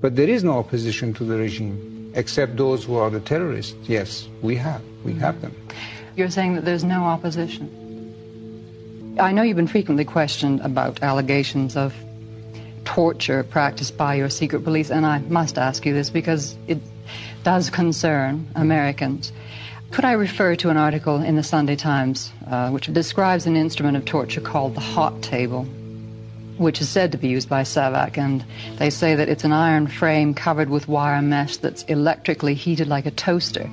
But there is no opposition to the regime, except those who are the terrorists. Yes, we have. We have them. You're saying that there's no opposition. I know you've been frequently questioned about allegations of torture practiced by your secret police, and I must ask you this because it does concern Americans. Could I refer to an article in the Sunday Times uh, which describes an instrument of torture called the hot table? which is said to be used by SAVAK, and they say that it's an iron frame covered with wire mesh that's electrically heated like a toaster,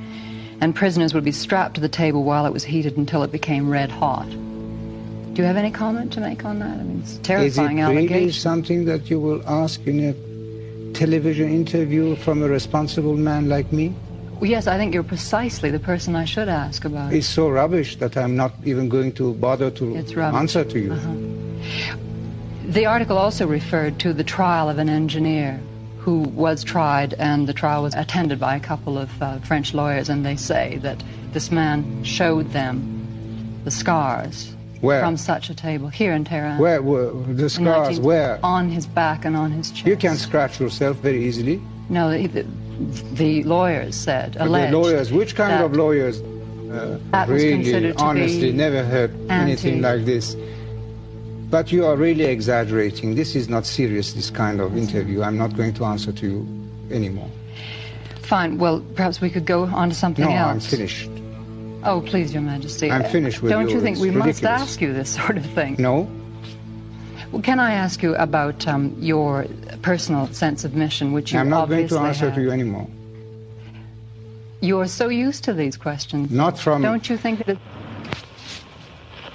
and prisoners would be strapped to the table while it was heated until it became red hot. Do you have any comment to make on that? I mean, it's Is a it terrifying really allegation. something that you will ask in a television interview from a responsible man like me? Well, yes, I think you're precisely the person I should ask about. it. It's so rubbish that I'm not even going to bother to It's rubbish. Uh-huh. answer to you. The article also referred to the trial of an engineer who was tried, and the trial was attended by a couple of uh, French lawyers, and they say that this man showed them the scars Where? from such a table here in Tehran. Where were the in scars? 19 Where? On his back and on his chest. You can scratch yourself very easily. No, the, the- the lawyers said, alleged. The lawyers, which kind that- of lawyers? Uh, That was really, considered to honestly, be never heard anything anti- like this. But you are really exaggerating. This is not serious, this kind of interview. I'm not going to answer to you anymore. Fine, well, perhaps we could go on to something No, else. I'm finished. Oh, please, Your Majesty. I'm finished with Don't you. you think It's we must ridiculous. ask you this sort of thing? No? Well, can I ask you about um, your personal sense of mission, which you I'm not going obviously to answer have. to you anymore. You're so used to these questions. Not from Don't you think that it's